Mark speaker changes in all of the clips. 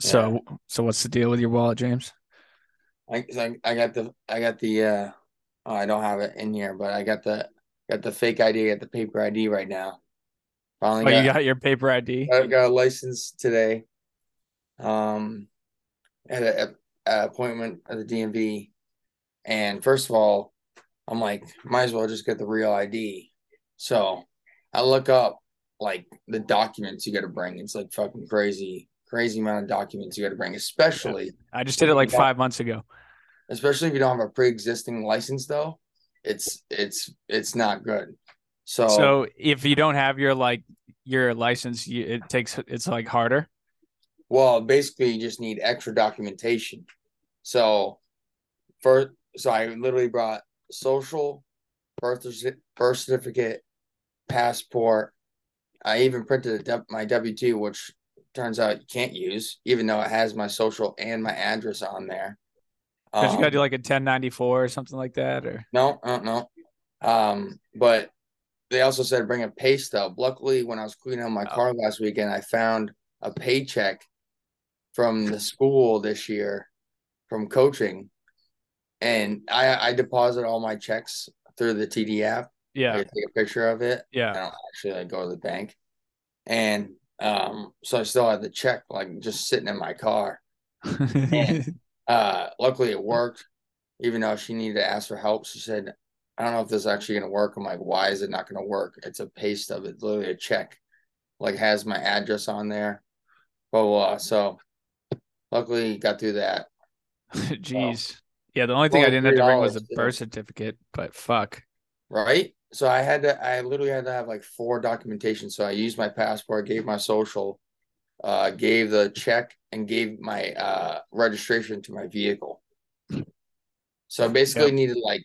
Speaker 1: So so what's the deal with your wallet, James?
Speaker 2: I, I I got the I got the uh oh, I don't have it in here, but I got the got the fake ID, got the paper ID right now.
Speaker 1: Oh,
Speaker 2: Finally
Speaker 1: you
Speaker 2: got,
Speaker 1: got your paper ID.
Speaker 2: I got a license today. Um, had a, a- a appointment at the DMV, and first of all, I'm like, might as well just get the real ID. So I look up like the documents you got to bring. It's like fucking crazy, crazy amount of documents you got to bring, especially
Speaker 1: I just did it like
Speaker 2: Yeah.
Speaker 1: five months ago.
Speaker 2: especially if you don't have a pre-existing license though it's it's it's not good so,
Speaker 1: So if you don't have your like your license, you, it takes it's like harder.
Speaker 2: well basically you just need extra documentation so first so i literally brought social birth, certi- birth certificate passport i even printed a dep- my w2 which turns out you can't use even though it has my social and my address on there
Speaker 1: 'Cause you got to
Speaker 2: Um,
Speaker 1: do like a 1094 or something like that, or
Speaker 2: No, I don't know. Um, but they also said bring a pay stub. Luckily, when I was cleaning out my car last weekend, I found a paycheck from the school this year from coaching, and I I deposit all my checks through the TD app. I
Speaker 1: yeah,
Speaker 2: could take a picture of it.
Speaker 1: yeah.
Speaker 2: I don't actually like go to the bank, and um, so I still had the check like just sitting in my car. Uh, luckily it worked, even though she needed to ask for help. She said, I don't know if this is actually going to work. I'm like, why is it not going to work? It's a pay stub. It's literally a check. Like has my address on there. Blah, blah, blah. So luckily got through that.
Speaker 1: Jeez. Yeah, the only thing I
Speaker 2: Only
Speaker 1: didn't have to bring
Speaker 2: $3
Speaker 1: was a
Speaker 2: too.
Speaker 1: birth certificate, but fuck.
Speaker 2: Right. So I had to, I literally had to have like four documentation. So I used my passport, gave my social, uh, gave the check and gave my, uh, registration to my vehicle. So I basically needed like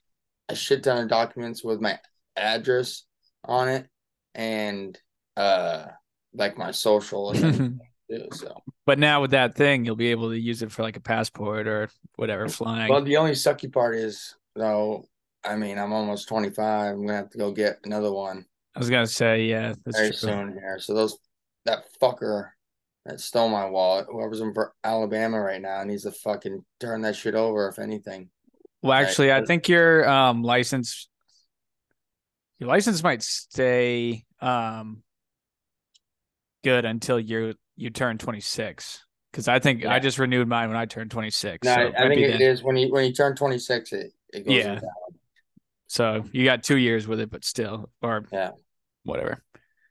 Speaker 2: a shit ton of documents with my address on it and, uh, like my social. and everything
Speaker 1: but
Speaker 2: too, so,
Speaker 1: now with that thing, you'll be able to use it for like a passport or whatever flying.
Speaker 2: well, the only sucky part is though, I mean, I'm almost 25. I'm going to have to go get another one.
Speaker 1: I was gonna say, yeah, that's
Speaker 2: very
Speaker 1: true.
Speaker 2: soon here. So those that fucker that stole my wallet, whoever's in Ver- Alabama right now, needs to fucking turn that shit over. If anything,
Speaker 1: Well,
Speaker 2: Right.
Speaker 1: actually, I think your um license your license might stay um good until you you turn 26 cuz I think I
Speaker 2: Yeah.
Speaker 1: just renewed mine when I turned 26.
Speaker 2: no,
Speaker 1: so,
Speaker 2: I-
Speaker 1: it
Speaker 2: I,
Speaker 1: might
Speaker 2: think
Speaker 1: be
Speaker 2: it
Speaker 1: then.
Speaker 2: is when you when you turn twenty six, it it goes.
Speaker 1: Yeah.
Speaker 2: into-
Speaker 1: so you got 2 years with it but still or
Speaker 2: Yeah.
Speaker 1: whatever.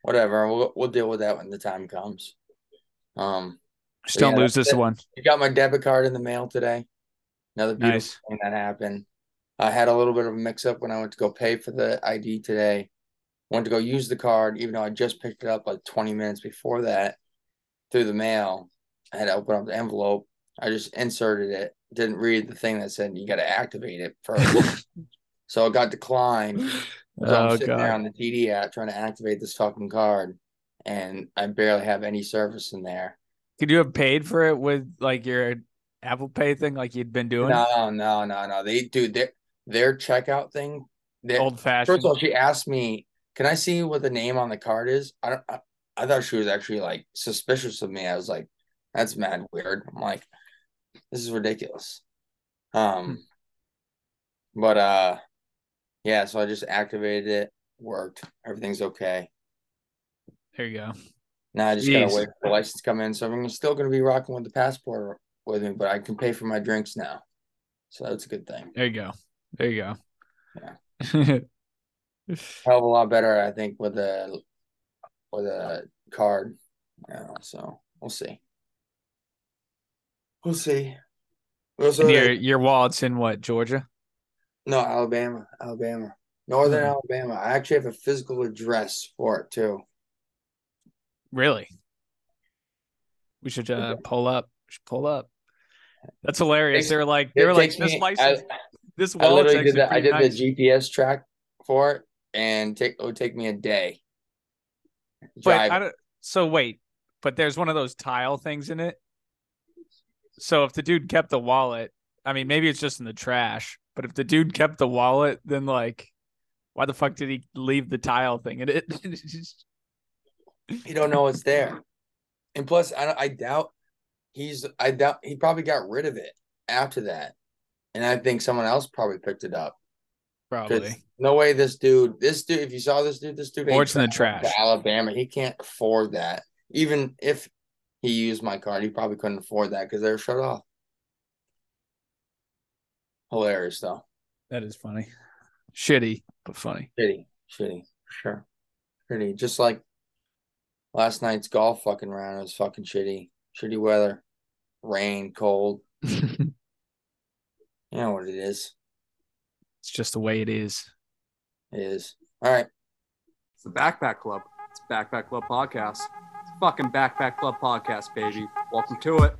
Speaker 2: Whatever, we'll we'll deal with that when the time comes. Um,
Speaker 1: Just don't
Speaker 2: yeah,
Speaker 1: lose this
Speaker 2: that's it.
Speaker 1: one.
Speaker 2: I got my debit card in the mail today. Another beautiful
Speaker 1: Nice.
Speaker 2: thing that happened. I had a little bit of a mix up when I went to go pay for the ID today. Went to go use the card, even though I just picked it up like 20 minutes before that through the mail. I had to open up the envelope. I just inserted it, didn't read the thing that said you got to activate it first. so it got declined. So
Speaker 1: Oh
Speaker 2: I'm sitting there
Speaker 1: god.
Speaker 2: on the TD app trying to activate this fucking card, and I barely have any service in there.
Speaker 1: Could you have paid for it with like your Apple Pay thing like you'd been doing?
Speaker 2: No, no, no, no. They do their their checkout thing. They,
Speaker 1: Old
Speaker 2: first
Speaker 1: fashioned.
Speaker 2: of all, she asked me, "Can I see what the name on the card is?" I don't. I, I thought she was actually like suspicious of me. I was like, "That's mad weird." I'm like, "This is ridiculous." Um,
Speaker 1: Hmm.
Speaker 2: but uh, yeah. So I just activated it. Worked. Everything's okay.
Speaker 1: There you go.
Speaker 2: Now I just
Speaker 1: Jeez.
Speaker 2: gotta wait for the license to come in. So I'm still gonna be rocking with the passport with me, but I can pay for my drinks now. So that's a good thing.
Speaker 1: There you go. There you go. Yeah.
Speaker 2: hell of a lot better, I think, with a with a card. Yeah, so we'll see. We'll see. Well, so
Speaker 1: And your your wallet's in what Georgia?
Speaker 2: no, Alabama, Alabama, Northern
Speaker 1: Mhm.
Speaker 2: Alabama. I actually have a physical address for it too.
Speaker 1: Really? We should uh,
Speaker 2: Okay.
Speaker 1: pull up. We should pull up. That's hilarious.
Speaker 2: Takes-
Speaker 1: They're like they were
Speaker 2: It
Speaker 1: like
Speaker 2: takes
Speaker 1: this
Speaker 2: me-
Speaker 1: license,
Speaker 2: I,
Speaker 1: this
Speaker 2: I
Speaker 1: wallet's
Speaker 2: literally
Speaker 1: actually
Speaker 2: did that. I
Speaker 1: pretty
Speaker 2: did
Speaker 1: nice.
Speaker 2: the GPS track for it, and take it would take me a day.
Speaker 1: but I
Speaker 2: Drive.
Speaker 1: don't, so wait, but there's one of those tile things in it. So if the dude kept the wallet, I mean maybe it's just in the trash, but if the dude kept the wallet, then like why the fuck did he leave the tile thing in it?
Speaker 2: You don't know it's there, and plus, I don't, I doubt he's I doubt he probably got rid of it after that, and I think someone else probably picked it up. 'Cause
Speaker 1: Probably.
Speaker 2: No way, this dude, this dude. If you saw this dude, this dude
Speaker 1: Or
Speaker 2: ain't
Speaker 1: it's in the trash.
Speaker 2: to Alabama. He can't afford that. Even if he used my card, he probably couldn't afford that because they were shut off. Hilarious though.
Speaker 1: That is funny. Shitty, but funny.
Speaker 2: Shitty. Shitty. for Sure. Shitty. Just like last night's golf fucking round. It was fucking shitty. Shitty weather. Rain, cold.
Speaker 1: it's
Speaker 2: You know what it is.
Speaker 1: just the way it is.
Speaker 2: It is. All right.
Speaker 3: It's the Backpack Club. It's Backpack Club Podcast. It's fucking Backpack Club Podcast, baby. Welcome to it.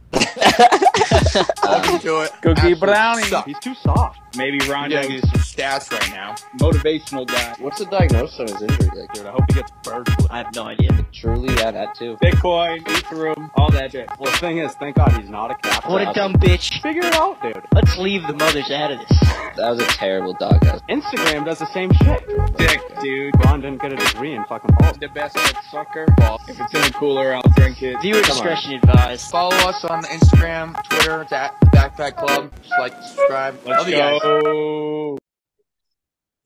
Speaker 2: Welcome to it.
Speaker 1: Cookie brownie.
Speaker 2: Absolutely suck.
Speaker 4: He's too soft.
Speaker 5: Maybe Ron
Speaker 4: Yeah,
Speaker 5: is
Speaker 4: Stats right now.
Speaker 5: motivational guy.
Speaker 6: What's the diagnosis on his injury? Like,
Speaker 4: Dude, I hope he gets bird flu.
Speaker 5: I have no idea.
Speaker 6: truly, yeah, that too.
Speaker 5: Bitcoin, Ethereum, all that shit.
Speaker 4: Well, the thing is, thank God he's not a cat.
Speaker 7: What a dumb bitch.
Speaker 4: Figure it out, dude.
Speaker 7: Let's leave the mothers out of this.
Speaker 6: That was a terrible dog. ass.
Speaker 4: Instagram does the same shit.
Speaker 5: Dick, dude.
Speaker 4: Ron didn't get a degree in fucking politics.
Speaker 5: The best at sucker. Well, if it's in the cooler, I'll drink it.
Speaker 7: Viewer discretion advised.
Speaker 6: Follow us on Instagram, Twitter, it's at Backpack Club. Just like, subscribe.
Speaker 5: Let's
Speaker 6: Love you guys.
Speaker 5: go.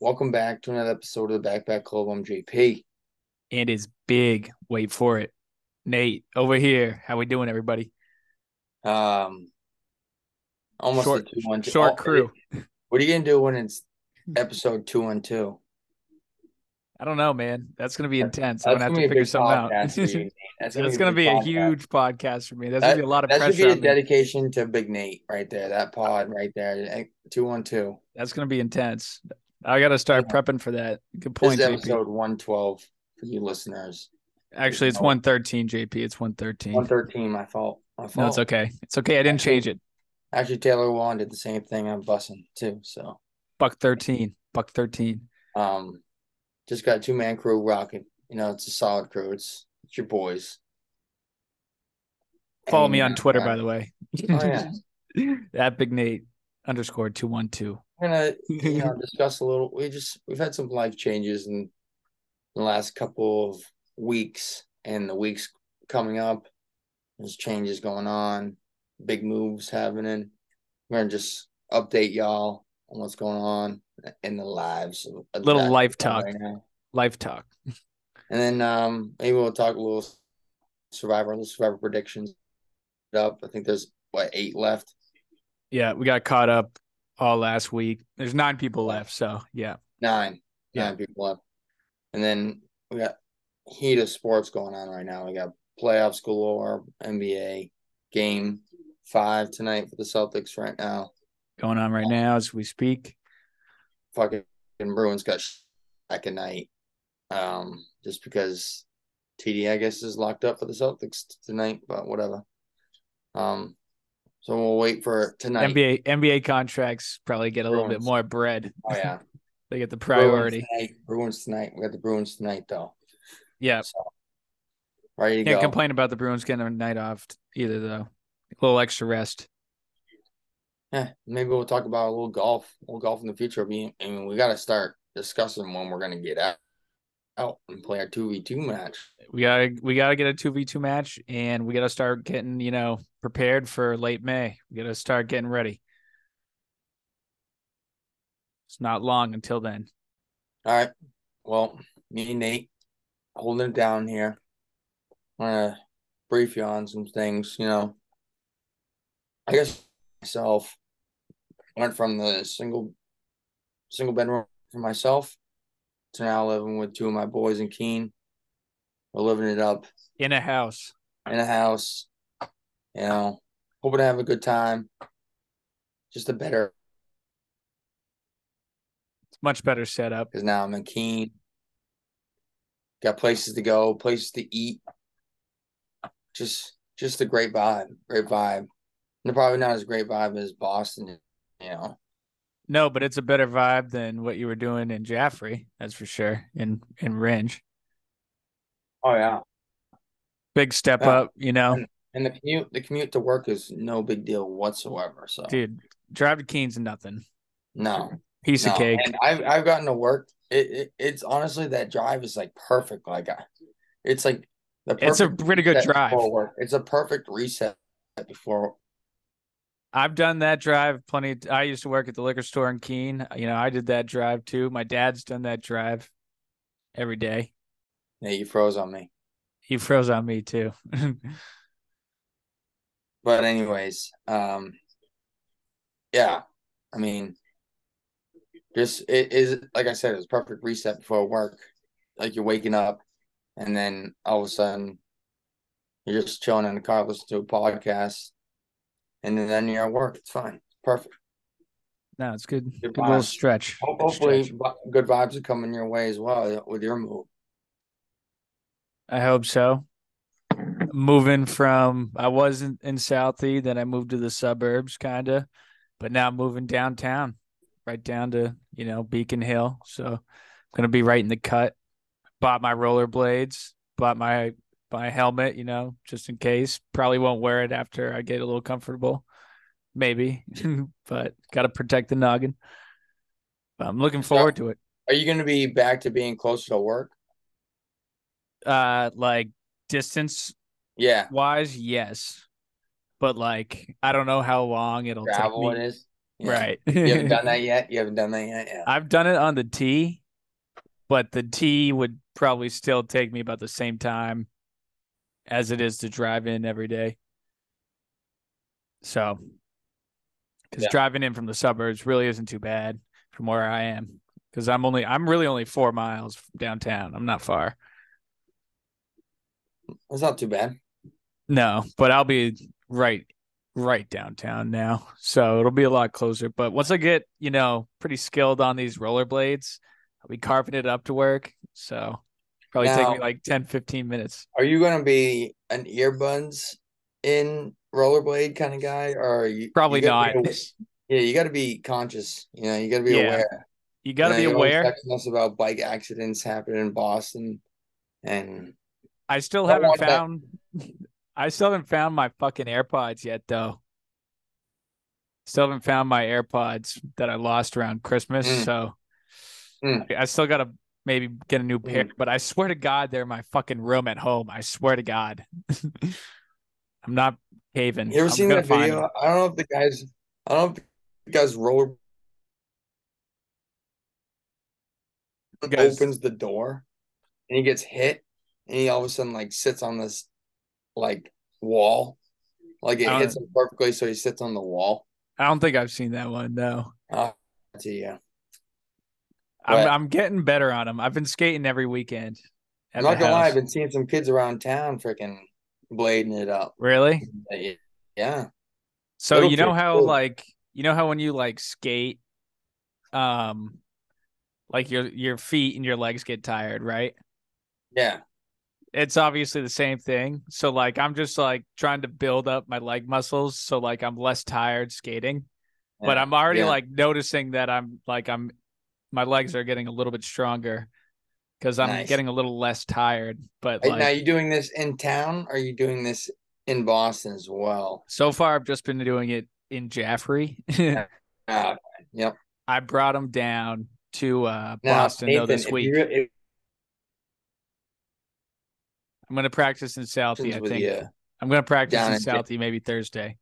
Speaker 2: Welcome back to another episode of the Backpack Club. I'm JP.
Speaker 1: And it's big. Wait for it. Nate, over here. How we doing, everybody?
Speaker 2: Um, almost
Speaker 1: Short-
Speaker 2: a two one two. Oh,
Speaker 1: Short crew.
Speaker 2: What are you gonna do when it's episode two one two?
Speaker 1: I don't know, man. That's gonna be
Speaker 2: That's-
Speaker 1: intense. I'm gonna have to figure something out. That's gonna be a huge podcast for me. That's
Speaker 2: That-
Speaker 1: gonna be a lot of
Speaker 2: That should be
Speaker 1: pressure.
Speaker 2: a
Speaker 1: on me.
Speaker 2: dedication to Big Nate right there. That pod right there. Eh, Two one two.
Speaker 1: That's gonna be intense. I gotta start
Speaker 2: Yeah.
Speaker 1: prepping for that. Good
Speaker 2: This
Speaker 1: point,
Speaker 2: is
Speaker 1: JP.
Speaker 2: episode one twelve for you listeners.
Speaker 1: Actually, it's
Speaker 2: Oh.
Speaker 1: one thirteen, JP. It's one thirteen.
Speaker 2: One Oh. thirteen. My fault. My fault.
Speaker 1: No, it's okay. It's okay. I didn't change it.
Speaker 2: Actually, Taylor Wan did the same thing on bussing too. So,
Speaker 1: Buck thirteen. Buck thirteen.
Speaker 2: um, just got two man crew rocking. You know, it's a solid crew. It's it's your boys.
Speaker 1: Follow me on Twitter, by the way.
Speaker 2: Oh yeah.
Speaker 1: That big Nate underscore two one two.
Speaker 2: we're gonna you know discuss a little we just we've had some life changes in the last couple of weeks and the weeks coming up there's changes going on big moves happening we're gonna just update y'all on what's going on in the lives of, of
Speaker 1: Little
Speaker 2: that
Speaker 1: life
Speaker 2: people
Speaker 1: talk.
Speaker 2: now.
Speaker 1: Life talk.
Speaker 2: and then um maybe we'll talk a little survivor little survivor predictions up i think there's what eight left
Speaker 1: Yeah, we got caught up all last week. There's nine people left, so yeah.
Speaker 2: Nine.
Speaker 1: Yeah.
Speaker 2: Nine people up. And then we got heat of sports going on right now. We got playoffs galore, NBA game five tonight for the Celtics right now.
Speaker 1: Going on right now as we speak.
Speaker 2: Fucking Bruins got back at night. Um, just because TD I guess is locked up for the Celtics tonight, but whatever. Um so we'll wait for tonight.
Speaker 1: NBA NBA contracts probably get a little bit
Speaker 2: Bruins.
Speaker 1: more bread.
Speaker 2: Oh yeah.
Speaker 1: They get the priority.
Speaker 2: Bruins tonight. Bruins tonight. We got the Bruins tonight though.
Speaker 1: Yeah.
Speaker 2: Ready to
Speaker 1: Can't
Speaker 2: go.
Speaker 1: complain about the Bruins getting a night off either though. A little extra rest.
Speaker 2: Yeah, maybe we'll talk about a little golf, a little golf in the future. I mean, I mean, we got to start discussing when we're gonna get out, out and play our two v two match.
Speaker 1: We gotta we gotta get a two v two match and we gotta start getting, you know, prepared for late May. We gotta start getting ready. It's not long until then.
Speaker 2: All right. Well, me and Nate holding it down here. I'm gonna brief you on some things. You know, I guess myself went from the single single bedroom for myself to now living with two of my boys in Keene. We're living it up.
Speaker 1: In a house.
Speaker 2: in a house, you know, hoping to have a good time. Just a better
Speaker 1: It's much better setup.
Speaker 2: because now I'm in Keene. Got places to go, places to eat. Just, just a great vibe, great vibe. And probably not as great vibe as Boston, you know.
Speaker 1: No, but it's a better vibe than what you were doing in Jaffrey, that's for sure. In in Ringe.
Speaker 2: Oh yeah.
Speaker 1: Big step
Speaker 2: Yeah.
Speaker 1: up, you know.
Speaker 2: And the commute, the commute to work is no big deal whatsoever. So
Speaker 1: Dude, drive to Keene's nothing.
Speaker 2: no,
Speaker 1: Piece of
Speaker 2: No,
Speaker 1: cake.
Speaker 2: And I've I've gotten to work. It, it it's honestly that drive is like perfect. Like I, it's like the
Speaker 1: It's a
Speaker 2: perfect
Speaker 1: pretty good
Speaker 2: reset
Speaker 1: drive.
Speaker 2: before work. It's a perfect reset that before.
Speaker 1: I've done that drive plenty. of t- I used to work at the liquor store in Keene. You know, I did that drive too. My dad's done that drive every day.
Speaker 2: Yeah, you froze on me.
Speaker 1: He froze on me too.
Speaker 2: But anyways, um, yeah, I mean, just it is like I said, it's perfect reset before work. Like you're waking up, and then all of a sudden, you're just chilling in the car, listening to a podcast, and then, then you're at work. It's fine. It's perfect.
Speaker 1: no, it's good.
Speaker 2: Good
Speaker 1: Good little
Speaker 2: vibes.
Speaker 1: stretch.
Speaker 2: Ho-
Speaker 1: Good
Speaker 2: Hopefully,
Speaker 1: stretch.
Speaker 2: vi- good vibes are coming your way as well with your move.
Speaker 1: I hope so. Moving from, I was in, in Southie, then I moved to the suburbs, kind of, but now I'm moving downtown, right down to, you know, Beacon Hill. So I'm going to be right in the cut. Bought my rollerblades, bought my, my helmet, you know, just in case. Probably won't wear it after I get a little comfortable, maybe, but got to protect the noggin. But I'm looking forward to it.
Speaker 2: Are you going to be back to being closer to work?
Speaker 1: Uh, like distance
Speaker 2: Yeah,
Speaker 1: wise, yes. But like, I don't know how long it'll
Speaker 2: travel
Speaker 1: take
Speaker 2: it
Speaker 1: me.
Speaker 2: is. Yeah.
Speaker 1: Right.
Speaker 2: You haven't done that yet. You haven't done that yet. Yeah.
Speaker 1: I've done it on the T, but the T would probably still take me about the same time as it is to drive in every day. So, because
Speaker 2: Yeah.
Speaker 1: driving in from the suburbs really isn't too bad from where I am, because I'm only I'm really only four miles from downtown. I'm not far.
Speaker 2: It's not too bad.
Speaker 1: No, but I'll be right right downtown now. So it'll be a lot closer. But once I get, you know, pretty skilled on these rollerblades, I'll be carving it up to work. So probably take me
Speaker 2: Now-
Speaker 1: like 10, 15 minutes.
Speaker 2: Are you gonna be an earbuds in rollerblade kind of guy, or are you
Speaker 1: Probably
Speaker 2: you gotta
Speaker 1: not.
Speaker 2: be aw- yeah, you got to be conscious. You know, you got to be
Speaker 1: Yeah,
Speaker 2: aware.
Speaker 1: You gotta
Speaker 2: You
Speaker 1: be
Speaker 2: know, you're always
Speaker 1: aware.
Speaker 2: texting us about bike accidents happening in Boston, and
Speaker 1: I still
Speaker 2: I
Speaker 1: haven't
Speaker 2: want that.
Speaker 1: found I still haven't found my fucking AirPods yet though. Still haven't found my AirPods that I lost around Christmas,
Speaker 2: Mm.
Speaker 1: so
Speaker 2: Mm.
Speaker 1: I I still gotta maybe get a new pair, but I swear to God they're in my fucking room at home. I swear to God. I'm not caving.
Speaker 2: you ever
Speaker 1: I'm
Speaker 2: seen
Speaker 1: gonna
Speaker 2: that
Speaker 1: find
Speaker 2: video?
Speaker 1: them.
Speaker 2: I don't know if the guys, I don't know if the guys roller
Speaker 1: Guys-
Speaker 2: opens the door, and he gets hit, and he all of a sudden like sits on this like wall, like it
Speaker 1: I don't-
Speaker 2: hits him perfectly, so he sits on the wall.
Speaker 1: I don't think I've seen that one, no.
Speaker 2: To you.
Speaker 1: I'm
Speaker 2: But-
Speaker 1: I'm getting better on them. I've been skating every weekend. at
Speaker 2: I'm
Speaker 1: the
Speaker 2: not gonna lie,
Speaker 1: house.
Speaker 2: I've been seeing some kids around town freaking blading it up.
Speaker 1: Really?
Speaker 2: Yeah.
Speaker 1: So
Speaker 2: Little
Speaker 1: you know
Speaker 2: kids,
Speaker 1: how
Speaker 2: too.
Speaker 1: like you know how when you like skate, um, like your your feet and your legs get tired, right?
Speaker 2: Yeah.
Speaker 1: It's obviously the same thing. So like I'm just like trying to build up my leg muscles so like I'm less tired skating, but
Speaker 2: yeah,
Speaker 1: I'm already
Speaker 2: yeah.
Speaker 1: like noticing that I'm like I'm my legs are getting a little bit stronger because I'm
Speaker 2: Nice.
Speaker 1: getting a little less tired. But
Speaker 2: Hey,
Speaker 1: like
Speaker 2: now you doing this in town or are you doing this in Boston as well?
Speaker 1: so far, I've just been doing it in Jaffrey.
Speaker 2: Uh,
Speaker 1: I brought him down to uh,
Speaker 2: now,
Speaker 1: Boston though
Speaker 2: Nathan,
Speaker 1: this
Speaker 2: if
Speaker 1: week.
Speaker 2: you re- if
Speaker 1: I'm gonna practice in Southie. I
Speaker 2: with
Speaker 1: think
Speaker 2: you,
Speaker 1: I'm gonna practice
Speaker 2: Down
Speaker 1: in
Speaker 2: in Jan-
Speaker 1: Southie maybe Thursday.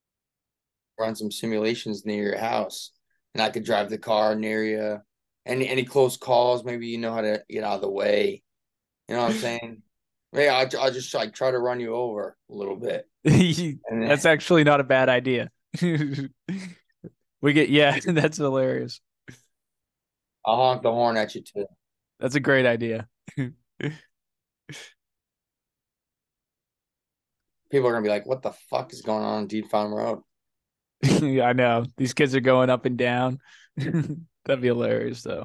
Speaker 2: run some simulations near your house and I could drive the car near you. Any any close calls, maybe you know how to get out of the way. You know what I'm saying? Yeah, I'll, I'll just like try to run you over a little bit. And then-
Speaker 1: that's actually not a bad idea. we get yeah, that's hilarious.
Speaker 2: I'll honk the horn at you too.
Speaker 1: That's a great idea.
Speaker 2: People are gonna be like, "What the fuck is going on on Dean Farm Road?"
Speaker 1: I know these kids are going up and down. That'd be hilarious though.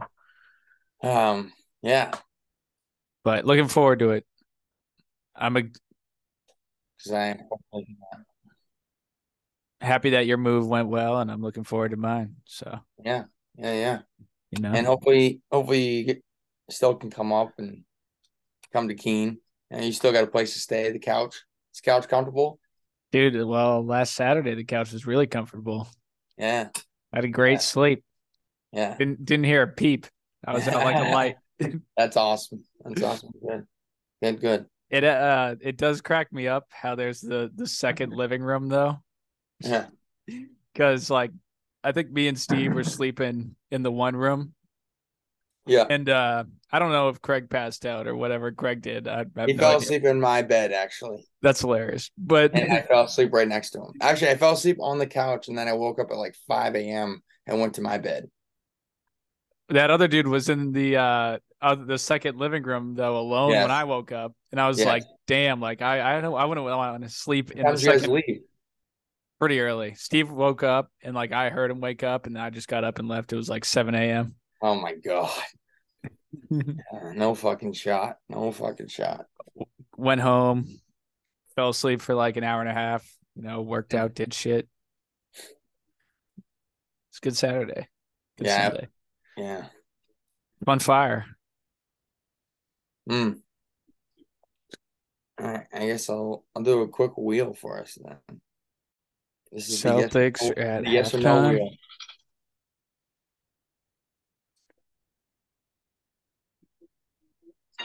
Speaker 2: Um, yeah,
Speaker 1: But looking forward to it. I'm uh,
Speaker 2: because I am.
Speaker 1: happy that your move went well, and I'm looking forward to mine. So
Speaker 2: Yeah, yeah, yeah.
Speaker 1: you know,
Speaker 2: And hopefully, hopefully, you get, still can come up and come to Keene. And you still got a place to stay. The couch is couch comfortable.
Speaker 1: dude. Well, last Saturday the couch was really comfortable.
Speaker 2: Yeah,
Speaker 1: I had a great
Speaker 2: Yeah.
Speaker 1: sleep.
Speaker 2: yeah.
Speaker 1: Didn't didn't hear a peep. I was out like a light.
Speaker 2: That's awesome. That's awesome. Good, good, good.
Speaker 1: It uh it does crack me up how there's the the second living room though.
Speaker 2: Yeah.
Speaker 1: Cause like I think me and Steve were sleeping in the one room.
Speaker 2: Yeah.
Speaker 1: And uh I don't know if Craig passed out or whatever Craig did. I, I have
Speaker 2: He
Speaker 1: no
Speaker 2: fell
Speaker 1: idea.
Speaker 2: asleep in my bed actually,
Speaker 1: That's hilarious. But
Speaker 2: and I fell asleep right next to him. Actually, I fell asleep on the couch, and then I woke up at like five a.m. and went to my bed.
Speaker 1: that other dude was in the uh, other the second living room though alone
Speaker 2: Yes.
Speaker 1: when I woke up and I was
Speaker 2: Yes.
Speaker 1: like, damn, like I I don't I wouldn't want to sleep in
Speaker 2: How
Speaker 1: the
Speaker 2: did you guys
Speaker 1: second
Speaker 2: leave?
Speaker 1: pretty early. Steve woke up and like I heard him wake up and I just got up and left. It was like seven a.m.
Speaker 2: Oh my god! Yeah, no fucking shot. No fucking shot.
Speaker 1: Went home, fell asleep for like an hour and a half. You know, worked out, did shit. It's a good Saturday. Good
Speaker 2: Yeah.
Speaker 1: Sunday.
Speaker 2: Yeah.
Speaker 1: I'm on fire.
Speaker 2: Hmm. All right. I guess I'll I'll do a quick wheel for us then. This is the yes-
Speaker 1: Celtics
Speaker 2: oh,
Speaker 1: are at
Speaker 2: the yes or no
Speaker 1: halftime.
Speaker 2: wheel.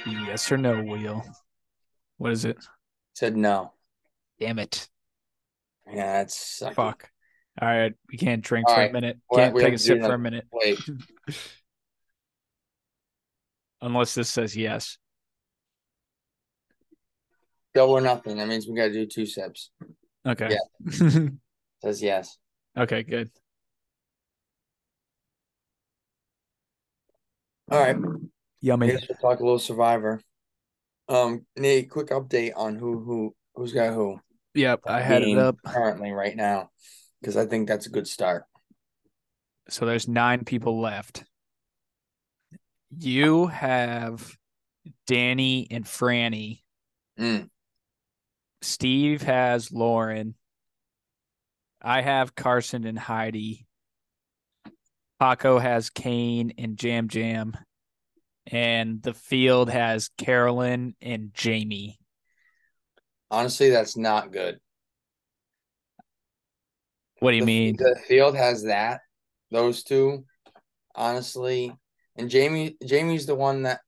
Speaker 1: Yes or no wheel. What is it?
Speaker 2: Said no.
Speaker 1: Damn it.
Speaker 2: Yeah, that's sucky.
Speaker 1: Fuck. All right. We can't drink
Speaker 2: All
Speaker 1: for a
Speaker 2: right,
Speaker 1: minute.
Speaker 2: we're-
Speaker 1: Can't
Speaker 2: we
Speaker 1: take
Speaker 2: have
Speaker 1: a
Speaker 2: to do
Speaker 1: sip for
Speaker 2: another-
Speaker 1: a minute.
Speaker 2: Wait.
Speaker 1: Unless this says yes.
Speaker 2: Double or nothing. That means we gotta do two sips.
Speaker 1: Okay.
Speaker 2: Says yes.
Speaker 1: okay, good.
Speaker 2: All right. I
Speaker 1: Yummy.
Speaker 2: guess we'll talk a little survivor. Um, Nate, quick update on who who who's got who
Speaker 1: Yep, I had it
Speaker 2: Being
Speaker 1: up.
Speaker 2: currently right now. Because I think that's a good start.
Speaker 1: So there's nine people left. You have Danny and Franny.
Speaker 2: Mm.
Speaker 1: Steve has Lauren. I have Carson and Heidi. Paco has Kane and Jam Jam. And the field has Carolyn and Jamie.
Speaker 2: Honestly, that's not good.
Speaker 1: What do you
Speaker 2: the,
Speaker 1: mean?
Speaker 2: the field has that those two honestly and jamie jamie's the one that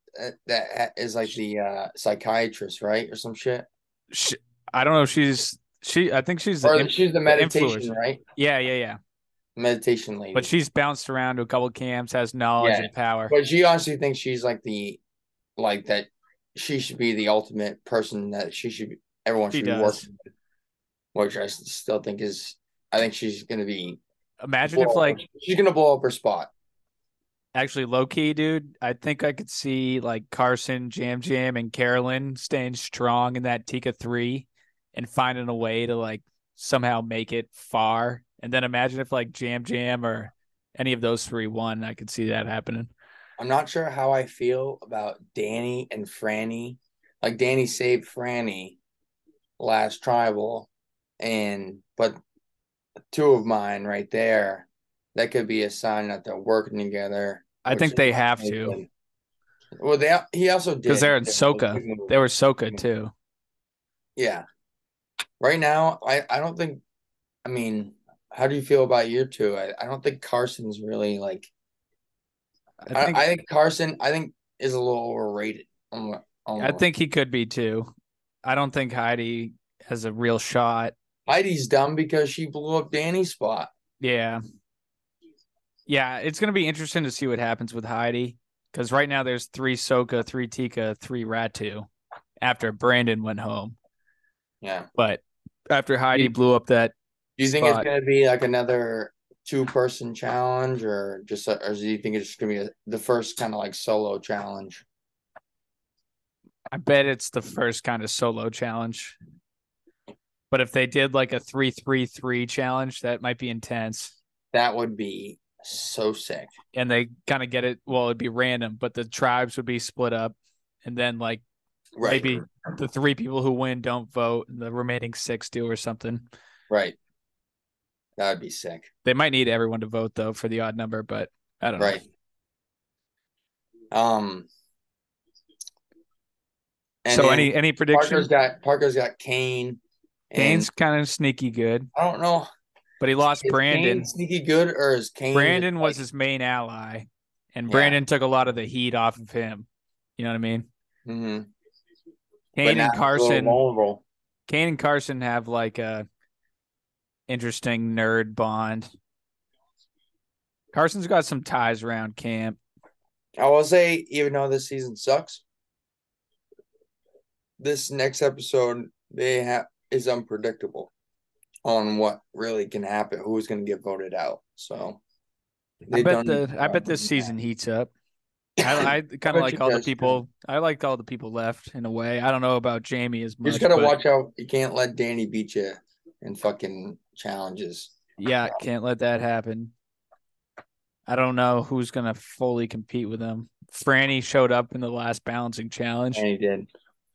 Speaker 2: that is like the uh psychiatrist right or some shit
Speaker 1: Sh I don't know if she's she I think she's the
Speaker 2: or
Speaker 1: imp-
Speaker 2: she's the meditation
Speaker 1: influencer.
Speaker 2: right
Speaker 1: yeah, yeah, yeah.
Speaker 2: meditation lady
Speaker 1: But she's bounced around to a couple camps, has knowledge
Speaker 2: Yeah.
Speaker 1: and power.
Speaker 2: but she honestly thinks she's like the like that she should be the ultimate person that she should be, everyone
Speaker 1: She
Speaker 2: should be
Speaker 1: does.
Speaker 2: working with which i s- still think is i think she's gonna be
Speaker 1: Imagine if
Speaker 2: blow-
Speaker 1: like
Speaker 2: she's gonna blow up her spot
Speaker 1: Actually, low key, dude, I think I could see like Carson, Jam Jam, and Carolyn staying strong in that Tika three and finding a way to like somehow make it far. And then imagine if like Jam Jam or any of those three won. I could see that happening.
Speaker 2: I'm not sure how I feel about Danny and Franny. Like Danny saved Franny last tribal, and but two of mine right there, that could be a sign that they're working together.
Speaker 1: I
Speaker 2: which
Speaker 1: think they have
Speaker 2: is-
Speaker 1: to.
Speaker 2: Well, they he also did
Speaker 1: 'Cause they're in Soka. They were
Speaker 2: Mm-hmm.
Speaker 1: Soka too.
Speaker 2: yeah. Right now, I I don't think. I mean, how do you feel about your two? I, I don't think Carson's really like. I,
Speaker 1: I think
Speaker 2: I think Carson, I think, is a little overrated. I'm, I'm-
Speaker 1: I think he could be too. I don't think Heidi has a real shot.
Speaker 2: Heidi's dumb because she blew up Danny's spot.
Speaker 1: Yeah. Yeah, it's going to be interesting to see what happens with Heidi because right now there's three Soka, three Tika, three Ratu after Brandon went home.
Speaker 2: Yeah.
Speaker 1: But after Heidi blew up that,
Speaker 2: Do you think
Speaker 1: Spot.
Speaker 2: it's gonna be like another two person challenge, or just, or do you think it's just gonna be a, the first kind of like solo challenge?
Speaker 1: I bet it's the first kind of solo challenge. But if they did like a three three three challenge, that might be intense.
Speaker 2: That would be so sick.
Speaker 1: And they kind of get it. Well, it'd be random, but the tribes would be split up. And then like maybe the three people who win don't vote and the remaining six do or something.
Speaker 2: Right. That would be sick.
Speaker 1: They might need everyone to vote though for the odd number, but I don't
Speaker 2: Right. Um.
Speaker 1: know.
Speaker 2: and
Speaker 1: So
Speaker 2: then
Speaker 1: any any predictions?
Speaker 2: Parker's got Parker's got Kane. and
Speaker 1: Kane's kind of sneaky good,
Speaker 2: I don't know.
Speaker 1: but he lost
Speaker 2: Is
Speaker 1: Brandon.
Speaker 2: Kane sneaky good or is Kane?
Speaker 1: Brandon was
Speaker 2: like,
Speaker 1: his main ally, and
Speaker 2: Yeah.
Speaker 1: Brandon took a lot of the heat off of him. You know what I mean?
Speaker 2: mhm. But
Speaker 1: Kane
Speaker 2: Mm-hmm. now
Speaker 1: and
Speaker 2: it's a little
Speaker 1: Carson.
Speaker 2: vulnerable.
Speaker 1: Kane and Carson have like a interesting nerd bond. Carson's got some ties around camp.
Speaker 2: I will say, even though this season sucks, this next episode they have is unpredictable on what really can happen, who's going to get voted out. So
Speaker 1: I
Speaker 2: they
Speaker 1: bet
Speaker 2: don't-
Speaker 1: the I bet this season heats up. I, I kind
Speaker 2: bet
Speaker 1: of like
Speaker 2: you
Speaker 1: all the
Speaker 2: guys do.
Speaker 1: people. I liked all the people left in a way. I don't know about Jamie as
Speaker 2: you
Speaker 1: much.
Speaker 2: just got to
Speaker 1: but
Speaker 2: watch out. You can't let Danny beat you in fucking challenges.
Speaker 1: Yeah, can't let that happen. I don't know who's gonna fully compete with him. Franny showed up in the last balancing challenge.
Speaker 2: And he did.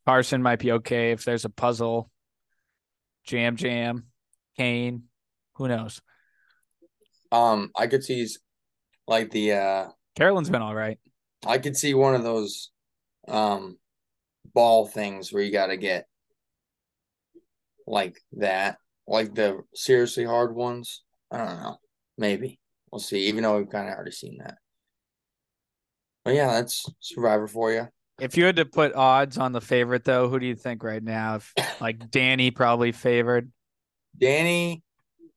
Speaker 1: Carson might be okay if there's a puzzle. Jam Jam, Kane, who knows?
Speaker 2: Um, I could see s- like the uh,
Speaker 1: Carolyn's been all right.
Speaker 2: I could see one of those um ball things where you gotta get like that. Like the seriously hard ones. I don't know. Maybe. We'll see, even though we've kinda already seen that. But yeah, that's Survivor for you.
Speaker 1: If you had to put odds on the favorite though, who do you think right now? If like Danny probably favored.
Speaker 2: Danny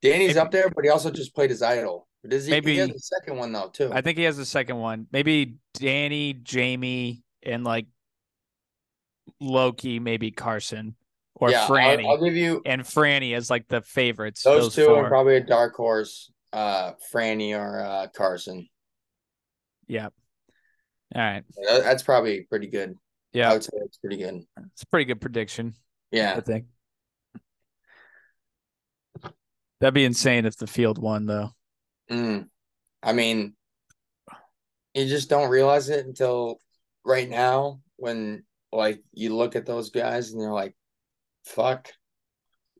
Speaker 2: Danny's
Speaker 1: Maybe-
Speaker 2: up there, but he also just played his idol. But does he,
Speaker 1: Maybe-
Speaker 2: he has the second one though too?
Speaker 1: I think he has the second one. Maybe Danny, Jamie, and like Loki, maybe Carson or
Speaker 2: yeah, I'll-
Speaker 1: Franny.
Speaker 2: I'll, give you
Speaker 1: and Franny as like the favorites. Those,
Speaker 2: those, two
Speaker 1: four.
Speaker 2: are probably a dark horse, uh Franny or uh Carson.
Speaker 1: Yep. All right.
Speaker 2: Yeah, That's probably pretty good. I
Speaker 1: Yeah.
Speaker 2: would say that's pretty good.
Speaker 1: It's a pretty good prediction. I
Speaker 2: Yeah.
Speaker 1: think. That'd be insane if the field won, though.
Speaker 2: Mm. I mean, you just don't realize it until right now when like you look at those guys and you're like, fuck.